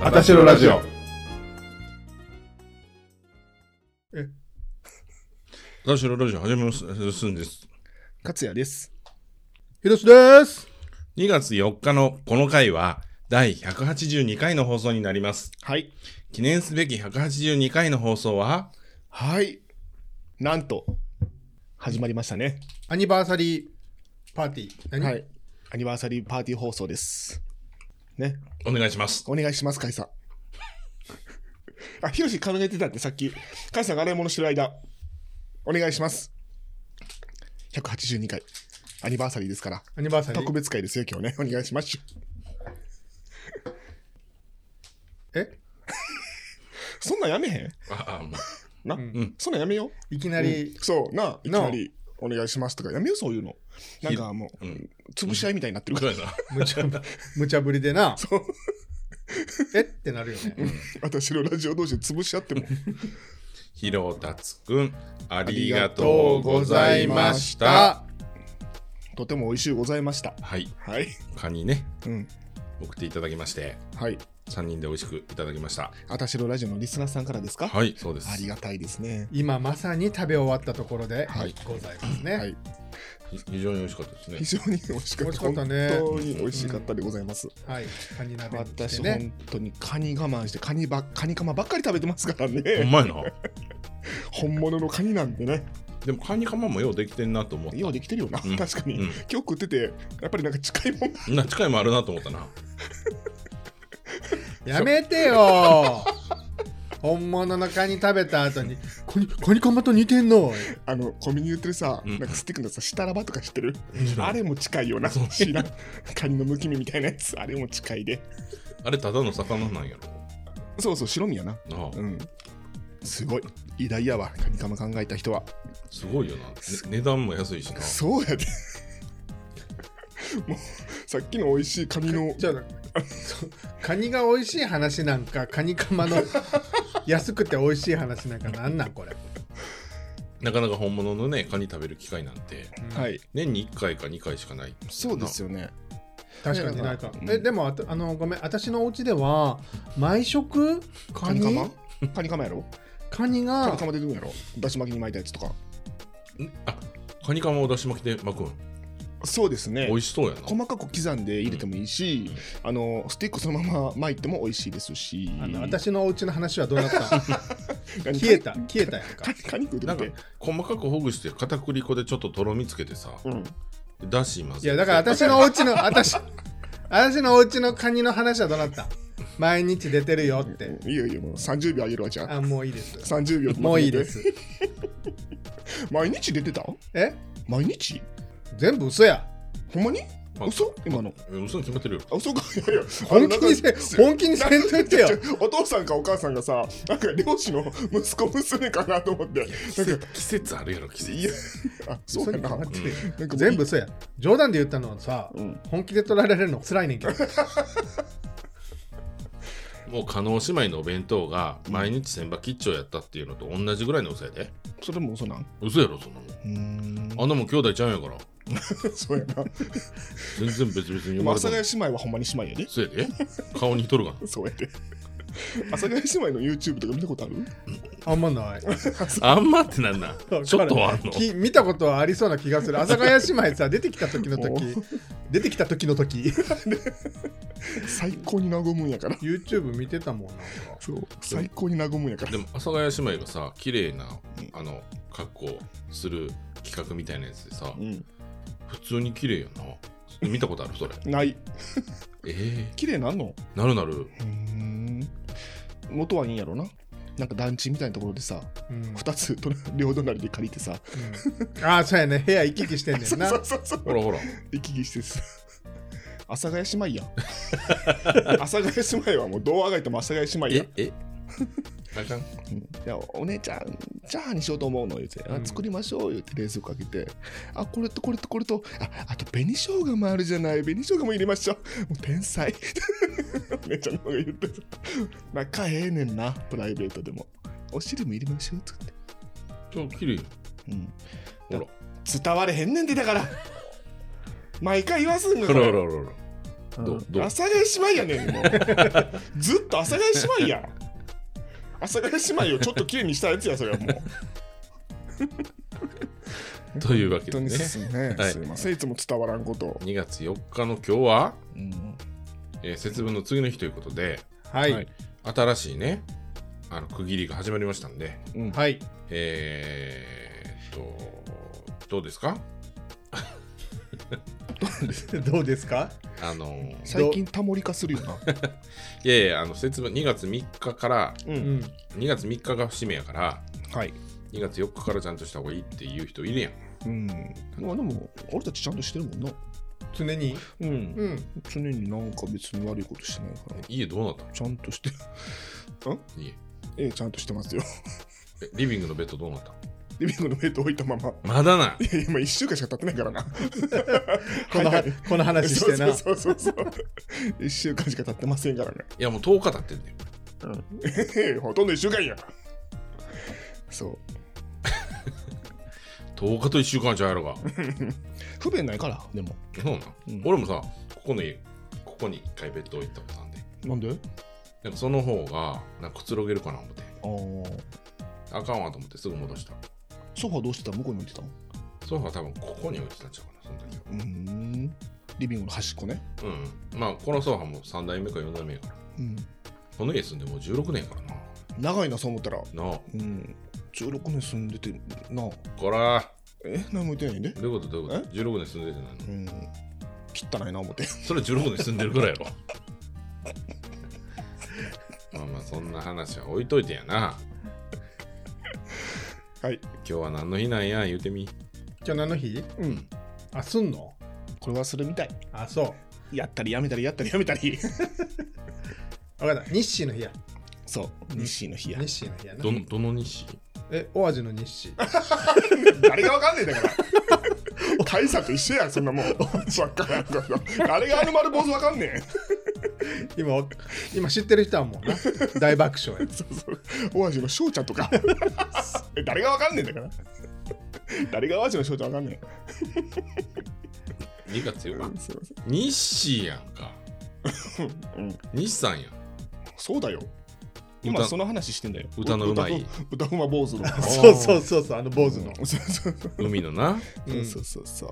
あたしろラジオ。私のラジオ始めますすんです。勝也です。ひろしです。 2月4日のこの回は、第182回の放送になります。はい。記念すべき182回の放送は、はい。なんと、始まりましたね。アニバーサリーパーティー。何はい。アニバーサリーパーティー放送です。ね。お願いします。お願いします、カイさん。あ、ヒロシ考えてたってさっき。カイさんが洗い物してる間。お願いします。182回。アニバーサリーですから。アニバーサリ特ー。別会ですよ、今日ね。お願いします。えそんなんやめへんああ、まな、あ、んそんなんやめよう。いきなり、そうなあいきなあなり「お願いします」とかやめようそういうのなんかもう、うん潰し合いみたいになってるかそうら、やな。無茶ぶ、無茶ぶりでな。そうえってなるよね。 私のラジオ同士で潰し合ってもひろたつくん、ありがとうございました。とても美味しゅうございましたはい、はいカニね、うん送っていただきまして、はい3人で美味しくいただきました。私のラジオのリスナーさんからですか、はい、そうです。ありがたいですね今まさに食べ終わったところではいございますね。はいひ非常に美味しかったですね非。常に美味しか美っ味したかったね本当に美味しかったでございます、はい。カニ鍋にし私てね。本当にカニ我慢してカニばカニカマばっかり食べてますからほんねまやな。本物のカニなんでねでもカニカマもようできてんなと思った。ようできてるよな、うん確かに、うん今日食っててやっぱりなんか近いもんがそんな近いもあるなと思ったな。やめてよ 本物のカニ食べた後に、カニ、カニカマと似てんのあのコンビニに売ってるさ、うんなんかスティックのさ、シタラバとか知ってる知らんあれも近いよな、そう知らん。カニのむき身みたいなやつ、あれも近いで。あれただの魚なんやろ。そうそう、白身やな。なあうん。すごい。偉大やわ、カニカマ考えた人は。すごいよな、ね値段も安いしなそうやで。もう、さっきの美味しいカニの、じゃあそうカニが美味しい話なんかカニカマの安くて美味しい話なんかなんなんこれ、なかなか本物のねカニ食べる機会なんてはいい。年に1回か2回しかないそうですよね。確かにないか、うんえでもあとあのごめん私のお家では毎食カカニニカマカニカニカマやろカがニカマ出てくんやろだし巻きに巻いたやつとか。んあカニカマをだし巻きで巻くんそうですね美。味しそうやな細かく刻んで入れてもいいし、あのスティックそのまま巻いても美味しいですしあの私のお家の話はどう なった消えた消えたやんカかニカニ食うてなみんかて細かくほぐして片栗粉でちょっととろみつけてさうんだし混ぜいてやだから私のお家の私私のお家のカニの話はどうなった毎日出てるよっていいよいいよもう30秒あげるわじゃああもういいです30秒もういいです毎日出てたえ毎日全部嘘やほんまにま嘘今のえ嘘に決まってるよあ 嘘かいやいや本気にせあのなんか本気にせんといてよちょちょお父さんかお母さんがさなんか漁師の息子娘かなと思って季節季節あるやろ季節いやあそう嘘やにな決なまっんてるよか全部嘘や冗談で言ったのはさ、うん本気で取られるの辛いねんけどもう加納姉妹のお弁当が毎日千葉吉兆やったっていうのと同じぐらいの嘘やでそれも嘘なん嘘やろそんなもんうーん あんなもん兄弟ちゃうんやからそうやな全然別々でに生もま阿れ佐たヶの谷姉妹はほんまに姉妹やで嘘やで顔に似とるがそうやって。阿佐ヶ谷姉妹の YouTube とか見たことあるあんまない あんまってなんなんちょっとはあんのき見たことはありそうな気がする阿佐ヶ谷姉妹さ出てきた時の時お出てきた時の時 最高に和むんやから。 YouTube 見てたもんなんかそう、最高に和むんやからで。も阿佐ヶ谷姉妹がさ綺麗なあの格好する企画みたいなやつでさうん、普通に綺麗よな見たことあるそれ ない。え綺麗なんのえなるなるうん。元はいいんやろな。なんか団地みたいなところでさ、うんうん2つと両隣で借りてさ、ああそうやね部屋行き来してんねそんうなそうそうそうほらほら行き来してさ。阿佐ヶ谷姉妹や。阿佐ヶ谷姉妹はもうどうあがいても阿佐ヶ谷姉妹やえ。えあかんうんいやお姉ちゃんチャーハンにしようと思うの言って、あうん作りましょう言って冷蔵庫開けてあこれとこれとこれとああと紅生姜もあるじゃない紅生姜も入れましょうもう天才 お姉ちゃんの方が言ってた仲ええねんなプライベートでもお汁も入れましょうってって、ちょっと綺麗ようん、ほら伝われへんねんでだから毎回言わすんがほらほらこれほらほらどうど阿う佐ヶ谷姉妹やねんもうずっと阿佐ヶ谷姉妹やん阿佐ヶ谷姉妹をちょっと綺麗にしたやつやそれはもうというわけ本当にでねす,、ねはいすいませんいつも伝わらんことを、 2月4日の今日は、うんえー節分の次の日ということで、はいはい新しいねあの区切りが始まりましたんではい えー、っとどうですかどうですかあの最近タモリ化するよな、いやいやあの節分2月3日からうう、ん2月3日が節目やからはい、 2月4日からちゃんとした方がいいっていう人いるやんうん、まあでも俺たちちゃんとしてるもんな常にうんうん常になんか別に悪いことしてないから家どうなったちゃんとして の家ええちゃんとしてますよ えリビングのベッドどうなったリビングのベッド置いたまままだないいや今1週間しか経ってないからなこのはこの話してなそうそうそうそう1週間しか経ってませんからねやもう10日経ってんねんええほとんど1週間やそう10日と1週間ちゃうやろが不便ないからでもそうなん、うん俺もさここの家ここに1回ベッド置いたことあんでなんでなんかその方がなんかくつろげるかな思ってあああかんわと思ってすぐ戻したソファーどうしてた向こうに置いてたのソファー多分ここに置いてたんちゃうかなその時はうんリビングの端っこねうん、うん、まあこのソファーも3代目か4代目やからうんこの家住んでもう16年やからな長いなそう思ったらなあうん16年住んでてなあこらえ何も言ってないんでどういうことどういうことえ ?16 年住んでてないのうん汚いな思って それ16年住んでるぐらいや ろまあまあそんな話は置いといてやなはい今日は何の日なんや言うてみ今日何の日うんあすんのこれはするみたいあそやったりやめたりやったりやめたり う分かった日誌の日やそう日誌の日や日誌の日やなどのどの日えオアジの日誌 誰がわかんねえんだから 大佐と一緒やんそんなもんわからんからあれがアルマル坊主わかんねえ今わ今知ってる人はもうな大爆笑やそうそう 大橋の翔ちゃんとかえ 誰がわかんねえんだから 誰が大橋の翔ちゃんわかんね ?2 月えよすいま日誌やんかせん、うん、日産やんそうだよ今その話してんだよ歌のうまい歌うま坊 主のそうそうそうそうあの坊主のそうそう海のなうんそうそうそう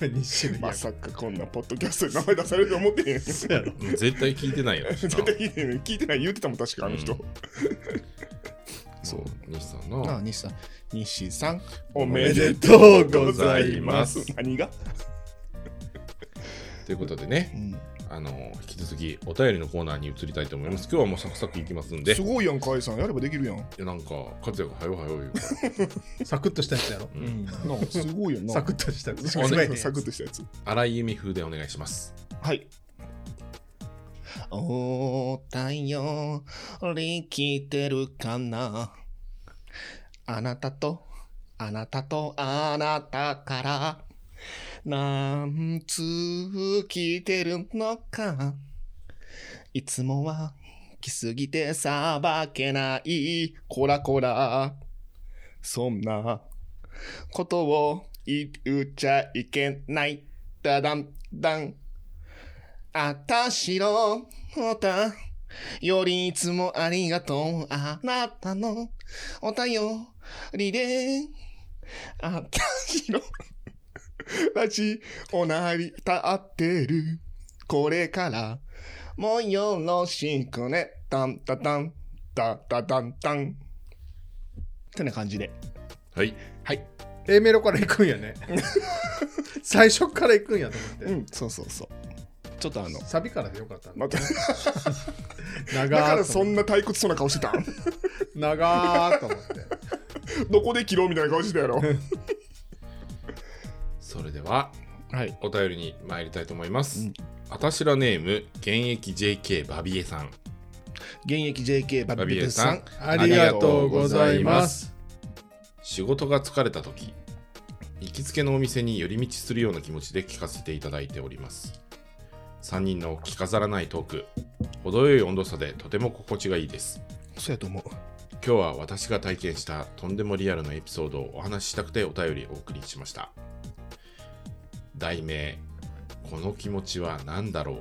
今日日誌の日まやさかこんなポッドキャストで名前出されると思ってへん絶そうやろうん 絶対聞いてないやろしな対いいね聞いてない言ってたもん確かあの人、うんそう日産のああ、西さん。西さん、おめでとうございます。何が、ということでねあの引き続きお便りのコーナーに移りたいと思います今日はもうサクサクいきますんでいすごいやん、かいさん。やればできるやん。やなんか勝也が早う早う言うからサクッとしたやつやろうんなあすごいやんな。サクッとしたやつサクすごいッねサクッとしたやつ。荒井由美風でお願いしますはい。お便り来てるかなあなたと、あなたと、あなたから、何通来てるのか。いつもは来すぎてさばけない、こらこら。そんなことを言っちゃいけない。だだんだん。あたしろ、おた、よりいつもありがとう。あなたのお便りで、あたしろ、ラジオなりたってる。これから、もうよろしくね。たんたたん、たたたんたん。ってな感じで。はいはい。 A メロから行くんや ね最初から行くんやとう思っん、てそうそうそう。ちょっとあの、サビからでよかったなまた、長だーからとそんな退屈そうな顔して たん長ーと思ってどこで切ろうみたいな顔してたやろ。それでははい。お便りに参りたいと思います、うんあたしらネーム現役 JK バビエさん現役 JK バビエさん。ありがとうございます仕事が疲れた時行きつけのお店に寄り道するような気持ちで聞かせていただいております3人の着飾らないトーク程よい温度差でとても心地がいいですそうやと思う。今日は私が体験したとんでもリアルなエピソードをお話ししたくてお便りお送りしました題名この気持ちは何だろう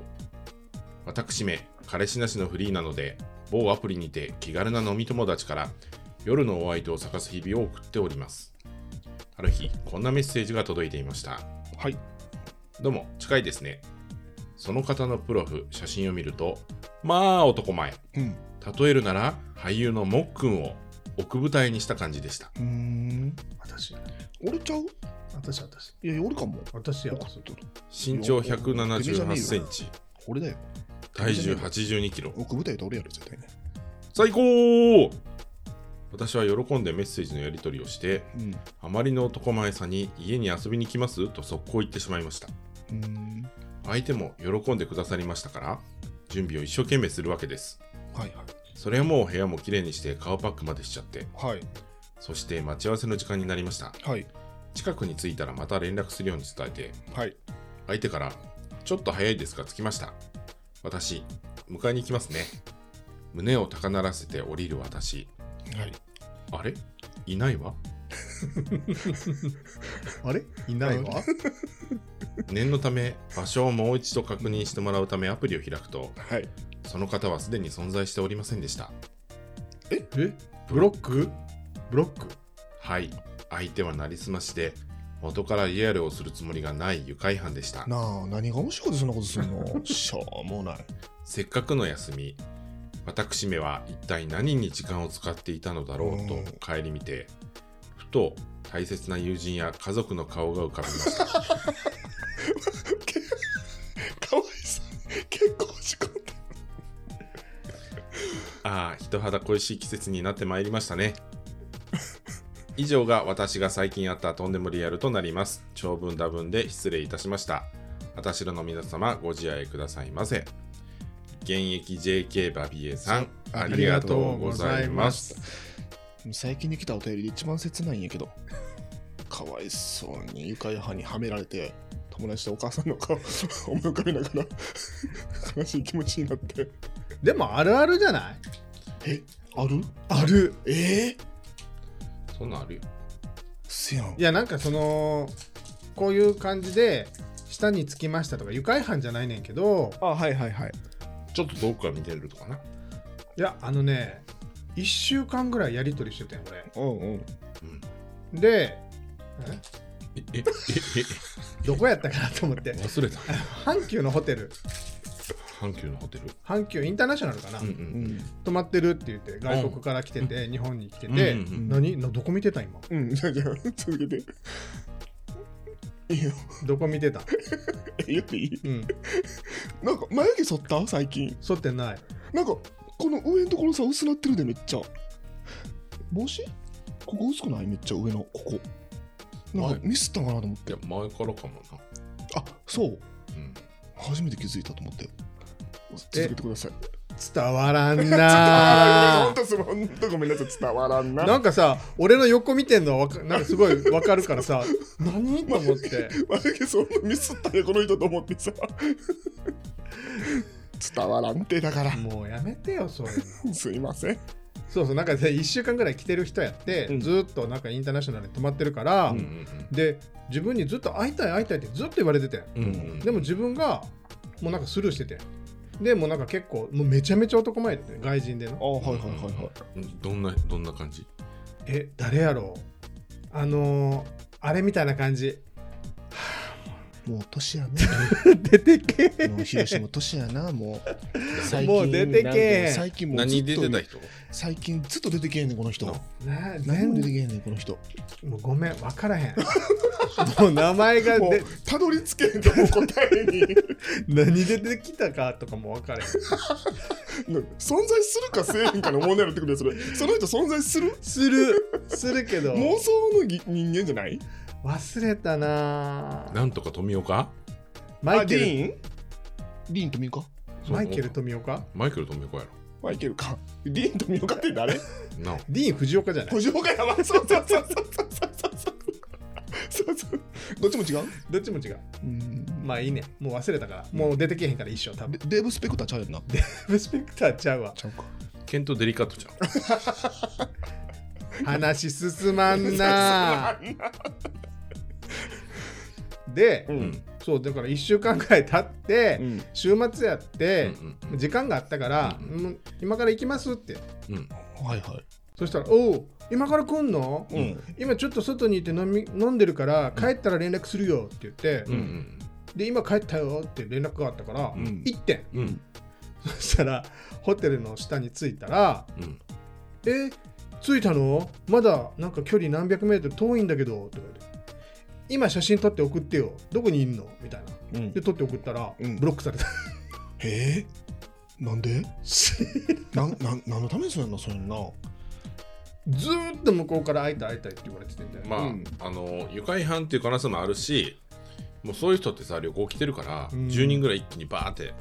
私め彼氏なしのフリーなので某アプリにて気軽な飲み友達から夜のお相手を探す日々を送っておりますある日こんなメッセージが届いていましたはいどうも近いですねその方のプロフ写真を見るとまあ男前うん例えるなら俳優のもっくんを奥舞台にした感じでしたうーん私俺ちゃう私私いや俺かも私やわ送っとる身長178センチ俺だよ体重82キロ奥舞台で俺やる絶対ね最高私は喜んでメッセージのやり取りをしてうんあまりの男前さに家に遊びに来ますと速攻言ってしまいましたうーん相手も喜んでくださりましたから準備を一生懸命するわけですはいそれはもう部屋も綺麗にして顔パックまでしちゃってはいはいそして待ち合わせの時間になりましたはい近くに着いたらまた連絡するように伝えてはい相手から「ちょっと早いですが着きました」私迎えに行きますね胸を高鳴らせて降りる私はいあれいないわあれいないわ念のため場所をもう一度確認してもらうためアプリを開くとはいその方はすでに存在しておりませんでしたえブロックブロックはい相手はなりすまして元からリアルをするつもりがない愉快犯でしたなあ何が面白いでそんなことするのしょうもないせっかくの休み私めは一体何に時間を使っていたのだろうとうん顧みてふと大切な友人や家族の顔が浮かびま したかわいそう結構落ち込んでああ人肌恋しい季節になってまいりました ね以上が私が最近あったとんでもリアルとなります長文多文で失礼いたしましたあたしろの皆様ご自愛くださいませ現役 JK バビエさんありがとうございます最近に来たお便りで一番切ないんや けどかわいそうに愉快派にはめられて友達とお母さんの顔 思い浮かべながら悲しい気持ちになってでもあるあるじゃないえあるあるえー、そんなんあるよせやんいやなんかそのこういう感じで下につきましたとか愉快犯じゃないねんけどあはいはいはいちょっと遠くから見てるとかないやあのね1週間ぐらいやり取りしてたよ俺うんうんうんでえええどこやったかなと思って え 忘れた阪急のホテル阪急のホテル阪急インターナショナルかな、うんううんん泊まってるって言って外国から来てて、日本に来てうんて、うんうん何などこ見てた今うん じゃあじゃあ続けていいよどこ見てた言っていいうんなんか眉毛剃った最近剃ってないなんかこの上のところさ薄なってるでめっちゃ帽子ここ薄くないめっちゃ上のここなんかミスったんかなと思っいてや前からかもな、あそううん、初めて気づいたと思って続けてください伝わ らんあな本当す本当ごめんなさい伝わらんななんかさ俺の横見てんのはわかなんかすごいわかるからさ 何と思って眉毛そんなミスったねこの人と思ってさ 伝わらんてだからもうやめてよそういうのすいませんそうそうなんか1週間ぐらい来てる人やって、うんずーっとなんかインターナショナルに泊まってるから、うんうんで自分にずっと会いたい会いたいってずっと言われててうんうんうんでも自分がもうなんかスルーしててでもうなんか結構もうめちゃめちゃ男前で外人であのはいはいはいはいどんなどんな感じえ誰やろうあのー、あれみたいな感じもう年やね出てけえもう広島年やなもう最もう出てけえなんか最近もうず何っ出とてた人最近ずっと出てけえねんこの人なな何全も出て然けえねんこの人もうごめん分からへんもう名前がもでうたどり着けへんともう答えに 何で出てきたかとかも分からへん存在するかせえへんかの問題になってくるやつそれその人存在するするするけど妄想のぎ人間じゃない忘れたなぁなんとか富岡マイケあルーンディーンとミカマイケル富岡マイケル富岡やマイケルかディーンとミカって誰ろなあディーン・藤岡じゃな い補助がやばいそうそうそうそうそうそうそうそうどっちも違うどっちも違ううんまあいいねもう忘れたからもう出てけへんから一生多分デデーブ・スペクターちゃうやんな レスペクターちゃうわちゃうかケントデリカットちゃん話進まんなぁでううんんそうだから1週間ぐらい経って、うん週末やって、うんうんうん時間があったから、ううん今から行きますってうんはいはいそしたら「おお今から来んのうん今ちょっと外にいて飲み飲んでるから帰ったら連絡するよ」って言って、うんうんで今帰ったよって連絡があったから、うん行ってん うんそしたらホテルの下に着いたらうん「え着いたのまだなんか距離何百メートル遠いんだけど」って言われて「今写真撮って送ってよどこにいんの?」みたいなうんで撮って送ったら、うんブロックされた えー、なんでなんなん何のためにするのそんなずーっと向こうから「会いたい会いたい」って言われててみたいな、まあ、うんあの愉快犯っていう可能性もあるしもうそういう人ってさ旅行来てるから、うん10人ぐらい一気にバーって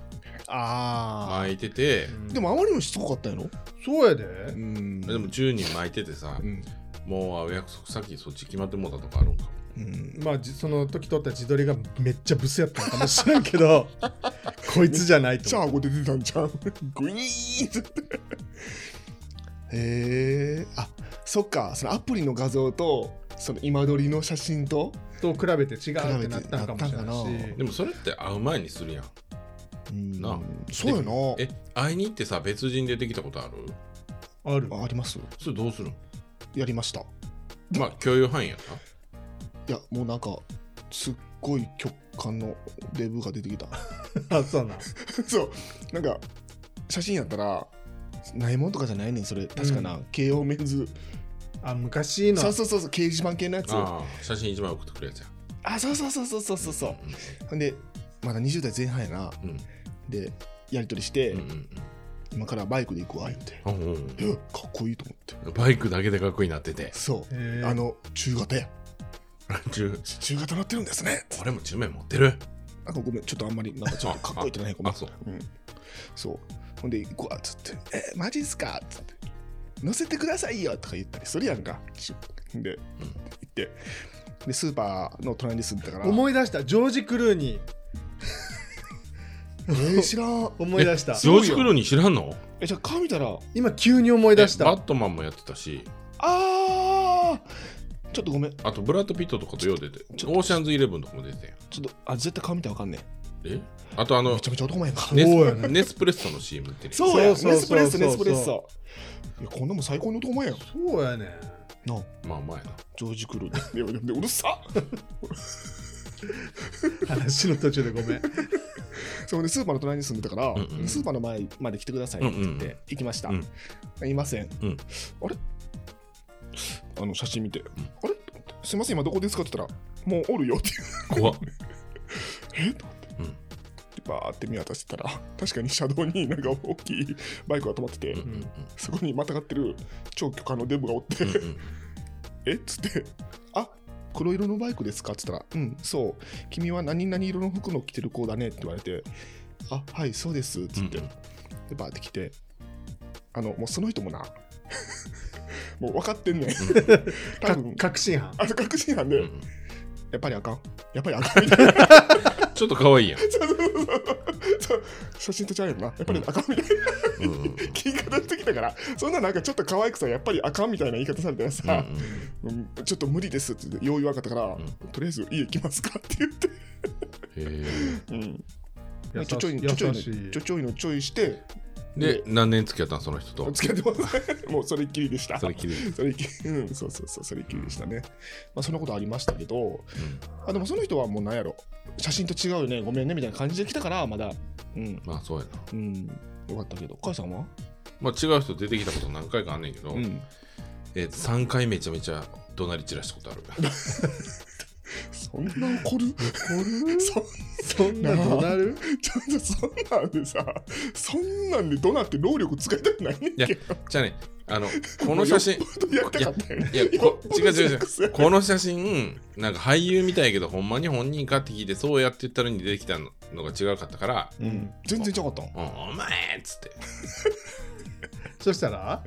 ああ、巻いてて、うんでもあまりにもしつこかったやろそうやで、んでも10人巻いててさ、うん、もうお約束先そっち決まってもうたとかあるんかもうん、まあじその時撮った自撮りがめっちゃブスやったのかもしれんけど こいつじゃないじとゃあ思う顎出てたんじゃん グイーンってへえあそっかそのアプリの画像とその今撮りの写真と、と比べて違うってなったのかもしれな比べてなったいんしかでもそれって会う前にするやんうんなあそうやなえ会いに行ってさ別人出てきたことあるあるあありますそれどうするんやりましたまあ共有範囲やいやもうなんかすっごい極寒のデブが出てきた あそうなんそうなんか写真やったらないもんとかじゃないねんそれ確かな、慶応メンズあ昔のそうそうそうそう掲示板系のやつなああ写真一枚送ってくるやつやあそうそうそうそうそうそうそうほんでまだ20代前半やなうんでやり取りして、うんうんうん今からバイクで行くわ言うてあうんえかっこいいと思ってうんバイクだけでかっこいいなって てそう、へーあの中型や中中型乗ってるんですね俺も10名持ってるなんかごめんちょっとあんまりなんかちょっとかっこいいってないごめんあそううん、そうほんで行くわっつって「えマジっすか?」っつって「乗せてくださいよ」とか言ったりするやんかシュッで、行ってでスーパーの隣に住んでたから思い出したジョージ・クルー ニえー知らんー思い出したえジョージ・クルーニー知らんのえじゃあ顔見たらあ今急に思い出しえバたットマンもやってたしあーちょっとごめんあとブラッド・ピットとかとよう出てちょオーシャンズ・イレブンとかも出てたやんちょっとあ絶対顔見たらわかんねえあとあえのめちゃめちゃ男前やんかねネそうやスネスプレッソの CM ってねそうやそうネそスうそプうレッそうソネスプレッソいやこんなもん最高の男前やんそうやねん なあまあ前なジョージ・クルーニーいやでもうるさ話の途中でごめんそうでスーパーの隣に住んでたから、うんうんスーパーの前まで来てくださいって言って、うんうん行きました、うんいません、うんあれあの写真見て、あれすいません今どこですかって言ったらもうおるよって怖っ言ってえと思って、うんでバーって見渡してたら確かに車道になんか大きいバイクが止まってて、うんうんうんそこにまたがってる超巨漢のデブがおって、うんうん えっつって「あ黒色のバイクですか?」っつったら「うんそう君は何々色の服の着てる子だね」って言われて「あはいそうです」っつって、うんうんでバーって来てあのもうその人もな もう分かってんねん多か分確信犯あの確信犯で、うんうんやっぱりあかんやっぱりあかんみたいなちょっと可愛いやんそうそうそうそう写真とちゃうよなやっぱりあかんみたいなうんうんうん言い方してきたからそんななんかちょっと可愛くさやっぱりあかんみたいな言い方されたらさ、うんうんうんちょっと無理ですって言って用意分かったから、んとりあえず家行きますかって言って、へ優ちょちょいのちょちょい優しのいちょちょいのちょいしてえで何年付き合ったんその人と付き合ってますもうそれっきりでしたそれきりそれっきりうんそうそうそうそれっきりでしたねまあそんなことありましたけどうんあでもその人はもうなんやろ写真と違うよねごめんねみたいな感じで来たからまだうんまあそうやなうんよかったけど母さんはまあ違う人出てきたこと何回かあんねんけどうんえ3回めちゃめちゃ怒鳴り散らしたことあるそんな怒る怒る そそんな怒鳴 るちょっとそんなんでさそんなんでどうなって労力使いたくないねん けどじゃあねあのこの写真やったかったよねいやこ違う違う違ううこの写真なんか俳優みたいやけどほんまに本人かって聞いてそうやって言ったのに出てきたのが違うかったから「うん、全然違かったうんお前!」っつってそしたら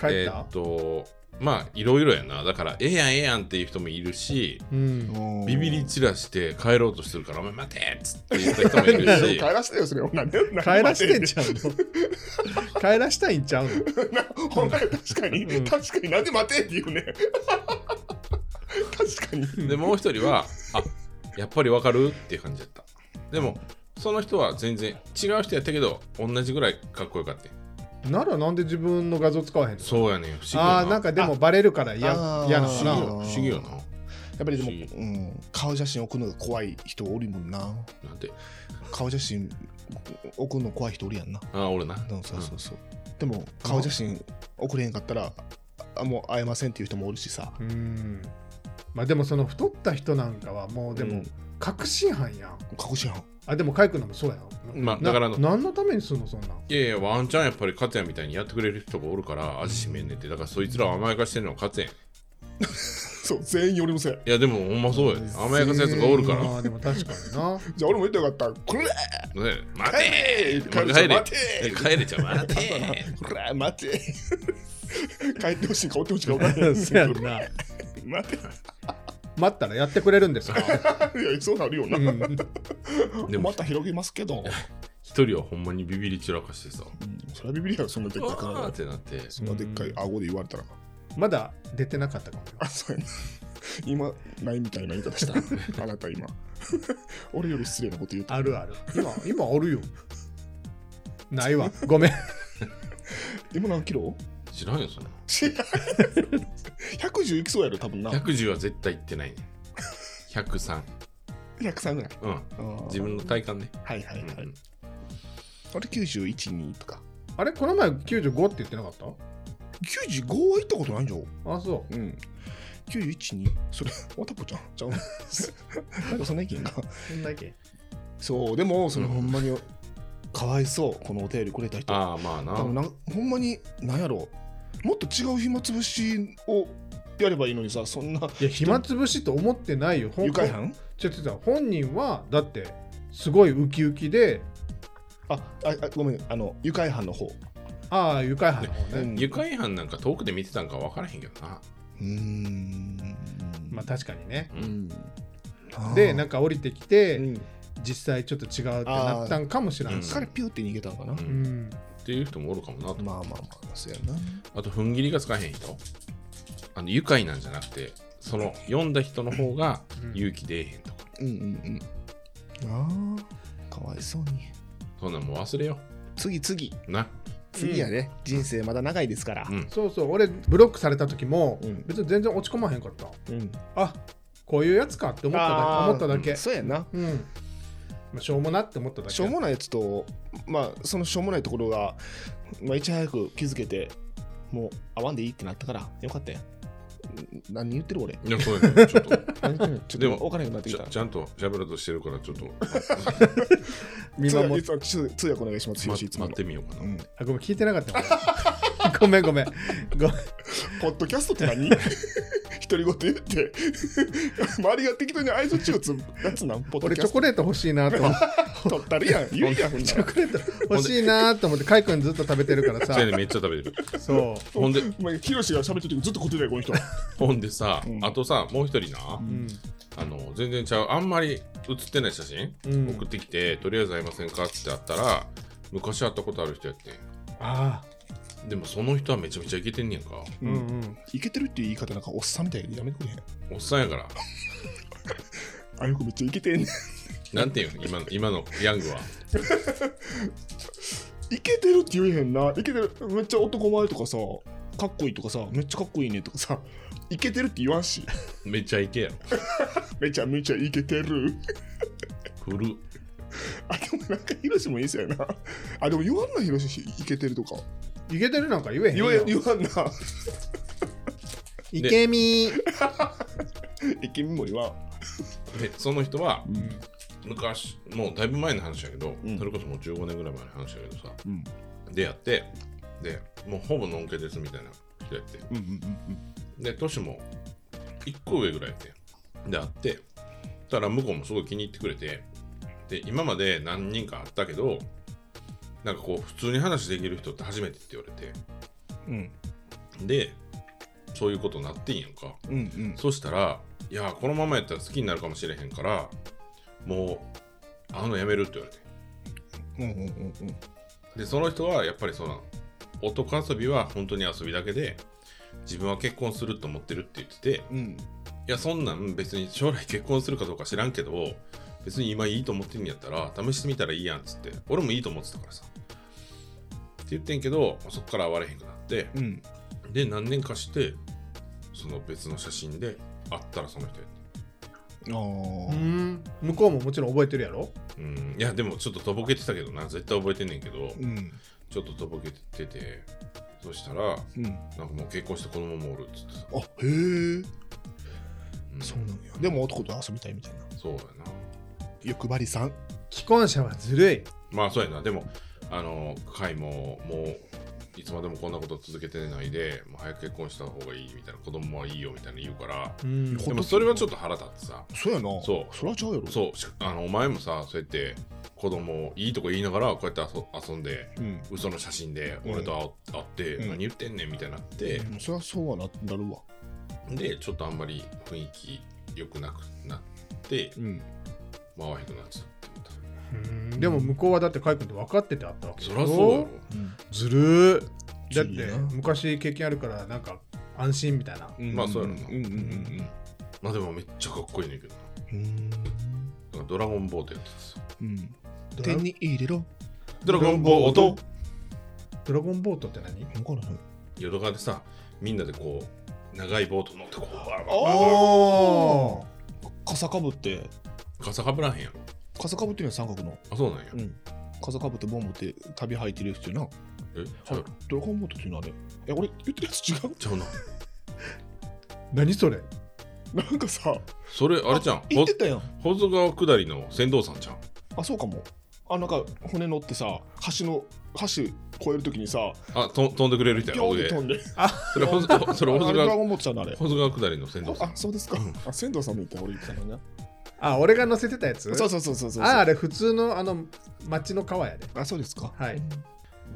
帰えったーっとまあいろいろやなだからええやんええやんっていう人もいるしうんんビビり散らして帰ろうとしてるから「お前待て!」っつって言った人もいる 帰しらしてよそれ女ね帰らしてんちゃうの 帰らしたいんちゃうのほんまや確かに、うん確かになんで待てって言うね 確かにでもう一人は「あやっぱりわかるっていう感じだったでもその人は全然違う人やったけど同じぐらいかっこよかったよならなんで自分の画像使わへんのそうやねん不思議よなあーなんかでもバレるから嫌あー嫌な不の思議よ不な思議よなやっぱりでも、不思議うん、顔写真送るのが怖い人おるもんななんて顔写真送るの怖い人おるやんなああ俺なうんそうそうそう、でも顔写真送れへんかったらあもう会えませんっていう人もおるしさうんまあでもその太った人なんかはもうでうもん確信犯やん隠しやんあでもかいくんのもそうやんまあなだからあの何のためにするのそんなんいやいやワンチャンやっぱり勝也みたいにやってくれる人がおるから味しめんねんってだからそいつらを甘やかしてるのは勝也やんそう全員俺のせいいやでもほんまそうやね甘やかすやつがおるからねまあでも確か になじゃあ俺も言ってよかったこれ帰れ帰れ待待て帰れ待えて帰れちゃう待あとはなてこれ待て 帰ってほしいか追ってほしいか分からへん そうやんな待て待ったらやってくれるんですか、いやそうなるよな、うんでもまた広げますけど、一人はほんまにビビり散らかしてさうん、それはビビりやろそんなでっかいあー体ってなってそんなでっかい顎で言われたらまだ出てなかったかもよあそうやな今ないみたいな言い方した あなた今俺より失礼なこと言うとあるある今今あるよないわごめん今何キ ロ知らんよそんな知らん110いきそうやろ多分な110は絶対行ってないね103 103ぐらいうん自分の体感ね、はいはういはい、ん、俺912とかあれこの前95って言ってなかった95は行ったことないんじゃんあそうん9112それわたぽちゃんちゃ うなんかそんな意見がうそんだけそうでもそれうんほんまにかわいそうこのお便りくれた人ああまあな多分なんほんまになんやろもっと違う暇つぶしをやればいいのにさそんないや暇つぶしと思ってないよほん愉快犯ちょちょちょ本人はだってすごいウキウキであああごめんあの愉快犯の方ああ愉快犯の方ね、うん愉快犯なんか遠くで見てたんか分からへんけどな、うーんまあ確かにねううんんでなんか降りてきて、うん実際ちょっと違うってなったんかもしれあんーし彼ピューって逃げたのかな、うんうんっていう人もおるかもなとまあまあまあそうやなあと踏ん切りがつかへん人あの愉快なんじゃなくてその読んだ人の方がうん勇気出えへんとか、うんうんうんああかわいそうにそんなんもう忘れよ次次うな次やね、人生まだ長いですからうんそうそう俺ブロックされた時も、うん別に全然落ち込まへんかったうんあこういうやつかって思っただあーけ思っただけそうやなうん、まあしょうもなって思っただけしょうもないやつとまあそのしょうもないところが、まあ、いち早く気づけてもう会わんでいいってなったからよかったやん何言ってる俺いやそうやねちょっと何言って るちょっでとも分からなくなってきちたゃちゃんと喋ろうとしてるからちょっと見通守っ訳通訳通訳お願いしますよしいつまも待のってみようかな、うんあごめん聞いてなかったわごめんごめんごめんポッドキャストって何 独り言言って 周りが適当に合図中打つ やつなんポッド俺キャチョストコレート欲しいなと思って取ったりやん言うやんほんなチらョコレート欲しいなと思ってカイ君ずっと食べてるから さそうやねめっちゃ食べてる そほんでお前ヒロシが喋ってる時ずっとこってたよこの人 ほんでさ、うんあとさもう一人な、う、うんあの全然ちゃうあんまり写ってない写真、うん送ってきてとりあえず会いませんかってあったら昔会ったことある人やってああんでもその人はめちゃめちゃイケてんねやんかうんうんいけてるっていう言い方なんかおっさんみたいでやめてくれへんおっさんやからあよくめっちゃいけてんねなんていうの今の今のヤングはイケてるって言えへんなイケてるめっちゃ男前とかさかっこいいとかさめっちゃかっこいいねとかさイケてるって言わんしめっちゃイケやろめちゃめちゃイケてる 古っあでもなんかヒロシもいいっすよなあでも言わんなヒロシイケてるとかいけてるなんか言えへん言よわ言わんなイケミイケミも言わんでその人はうん昔もうだいぶ前の話やけど、うんそれこそもう15年ぐらい前の話やけどさうん出会ってでもうほぼのんけですみたいな人やってうんうんで年も1個上ぐらいやってんであってそしたら向こうもすごい気に入ってくれてで今まで何人かあったけどなんかこう普通に話できる人って初めてって言われてうんでそういうことになってんやんかうんうんそしたら「いやこのままやったら好きになるかもしれへんからもう会うのやめる」って言われてうんうんうんうんでその人はやっぱりその男遊びは本当に遊びだけで自分は結婚すると思ってるって言っててうんいやそんなん別に将来結婚するかどうか知らんけど別に今いいと思ってんやったら試してみたらいいやんっつって俺もいいと思ってたからさって言ってんけどそっから会われへんくなってうんで何年かしてその別の写真で会ったらその人やっあうーん向こうももちろん覚えてるやろてうんいやでもちょっととぼけてたけどな絶対覚えてんねんけどうんちょっととぼけててそしたらうんあなんかもう結婚して子供もおるっつってさ、へえんそうなんやでも男と遊びたいみたいなそうやな欲張りさん既婚者はずるいまあそうやなでもあの会ももういつまでもこんなこと続けてないでもう早く結婚した方がいいみたいな子供はいいよみたいな言うからうんでもそれはちょっと腹立ってさそうやなそうそれはちゃうやろそうしあのお前もさそうやって子供いいとこ言いながらこうやって遊遊んでうん嘘の写真でうん俺と会って、うん何言ってんねんみたいになって、うんそりゃそうはななるわでちょっとあんまり雰囲気良くなくなってうんまあ会わへんくなっちゃってもうたうんでも向こうはだってカイ君って分かっててあったわけそでしりゃょそうやろずるいだっいいてな昔経験あるからなんか安心みたいなまあそうやろなうんうんうんまあでもめっちゃかっこいいねんけどなうんなんかドラゴンボートやっててさうんドラ手に入れろドラゴゴンンボボーートトドラゴンボートって何分からへん淀川でさみんなでこう長いボート乗ってこうバーバーバーバお傘かぶってー傘かぶらへんやろ傘かぶってるやん三角のあそうなんや、うん傘かぶってボン持って旅履いてる人やなえそうやろドラゴンボートっていうのあれえ俺言ってるやつ違う ちゃうな何それなんかさそれあれじゃん言ってたやんほ保津川下りの船頭さんじゃんあそうかもあなんか船乗ってさ橋の橋越えるときにさあと飛んでくれる人ピやョろンって飛んでそれほずそれあ保れ津ドラ川ゴンボートちゃうのあれ保津川下りの船頭さあんそうですかあ仙道さんの言った俺言ってたのねあ俺が乗せてたやつそうそうそうそうそうああれ普通のあの町の川やであそうですかはい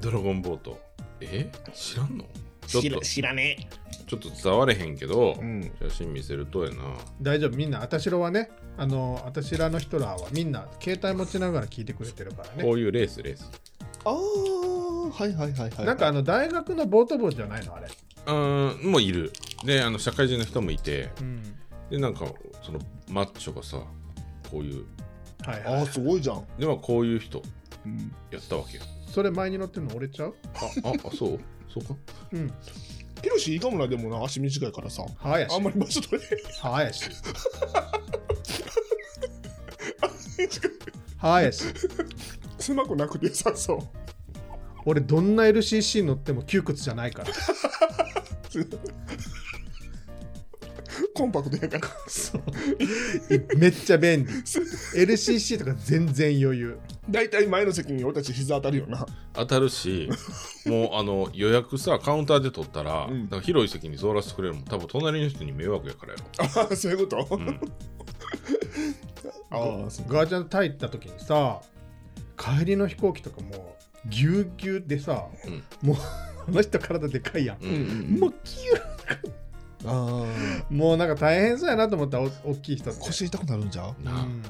ドラゴンボートえ知らんのちょっと知らねちょっと伝われへんけど、うん写真見せるとやな大丈夫みんなあたしろはねあのあたしらの人らはみんな携帯持ちながら聞いてくれてるからねこういうレースレースああはいはいはいはいなんかあの大学のボート部じゃないのあれ、うーんもういるであの社会人の人もいてうん、でなんかそのマッチョがさこういうはいあはあいすごいじゃん、ではこういう人うん、やったわけよそれ前に乗ってるの俺ちゃうあああそうそうかうんヒロシいいかもなでもな足短いからさはやしあんまり場所取れへん はやしはやし狭くなくて良さそう俺どんな LCC 乗っても窮屈じゃないからコンパクトやからそうめっち ゃ便利 LCC とか全然余裕大体前の席に俺たち膝当たるよな 当たる しもうあの予約さカウンターで取ったら,、うん広い席に座らせてくれるのも多分隣の人に迷惑やからやろ、ああそういうこと、うん、ああそうガーちゃんとタイ行った時にさ帰りの飛行機とかもうぎゅうぎゅうでさ、もう あの人体でかいやん、ううんんもうキあュあーもうなんか大変そうやなと思ったお大きい人って腰痛くなるんじゃううなあん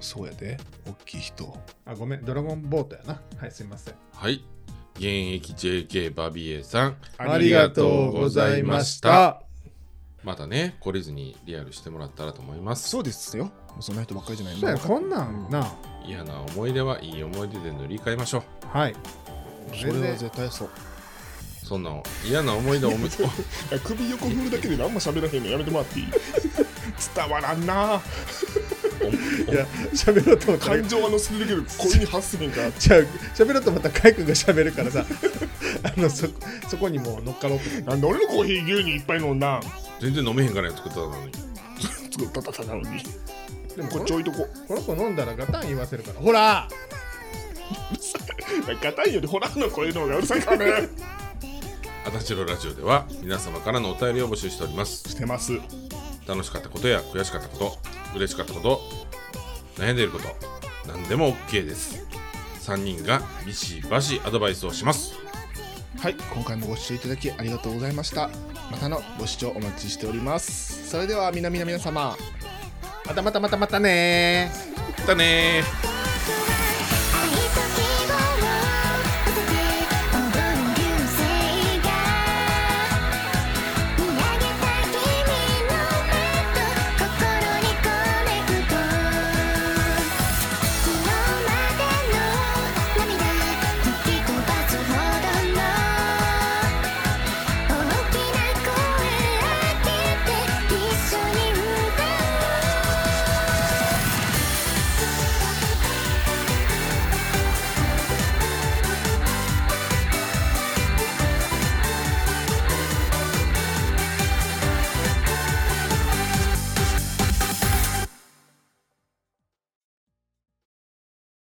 そうやで大きい人あごめんドラゴンボートやなはいすいませんはい現役 JK バビエさんあありりががととううごござざいいままししたたまたね懲りずにリアルしてもらったらと思いますそうですよもうそんな人ばっかりじゃないそうやもうこんなんな嫌な思い出はいい思い出で塗り替えましょうはいそれは絶対そうそんな嫌な思い出を思い いや首横振るだけで何も喋らへんのやめてもらっていい 伝わらんな全然いや喋ろうと思ったら感情は乗せてるけど声に発せへんからじゃあ喋ろうと思ったらカイ君が喋るからさ あのそそこにもう乗っかろうと思ってなんで俺のコーヒー牛乳いっぱい飲んだん全然飲めへんからや作ったのに作ったたたなのにでもこっこのち置いとここの子飲んだらガタン言わせるからほら ガタイよりホラーの声の方がうるさいからねあたしろラジオでは皆様からのお便りを募集しておりま すしてます楽しかったことや悔しかったこと嬉しかったこと悩んでいること何でも OK です3人がビシバシアドバイスをしますはい今回もご視聴いただきありがとうございましたまたのご視聴お待ちしておりますそれではみなみな皆様またまたまたまたねーまたねー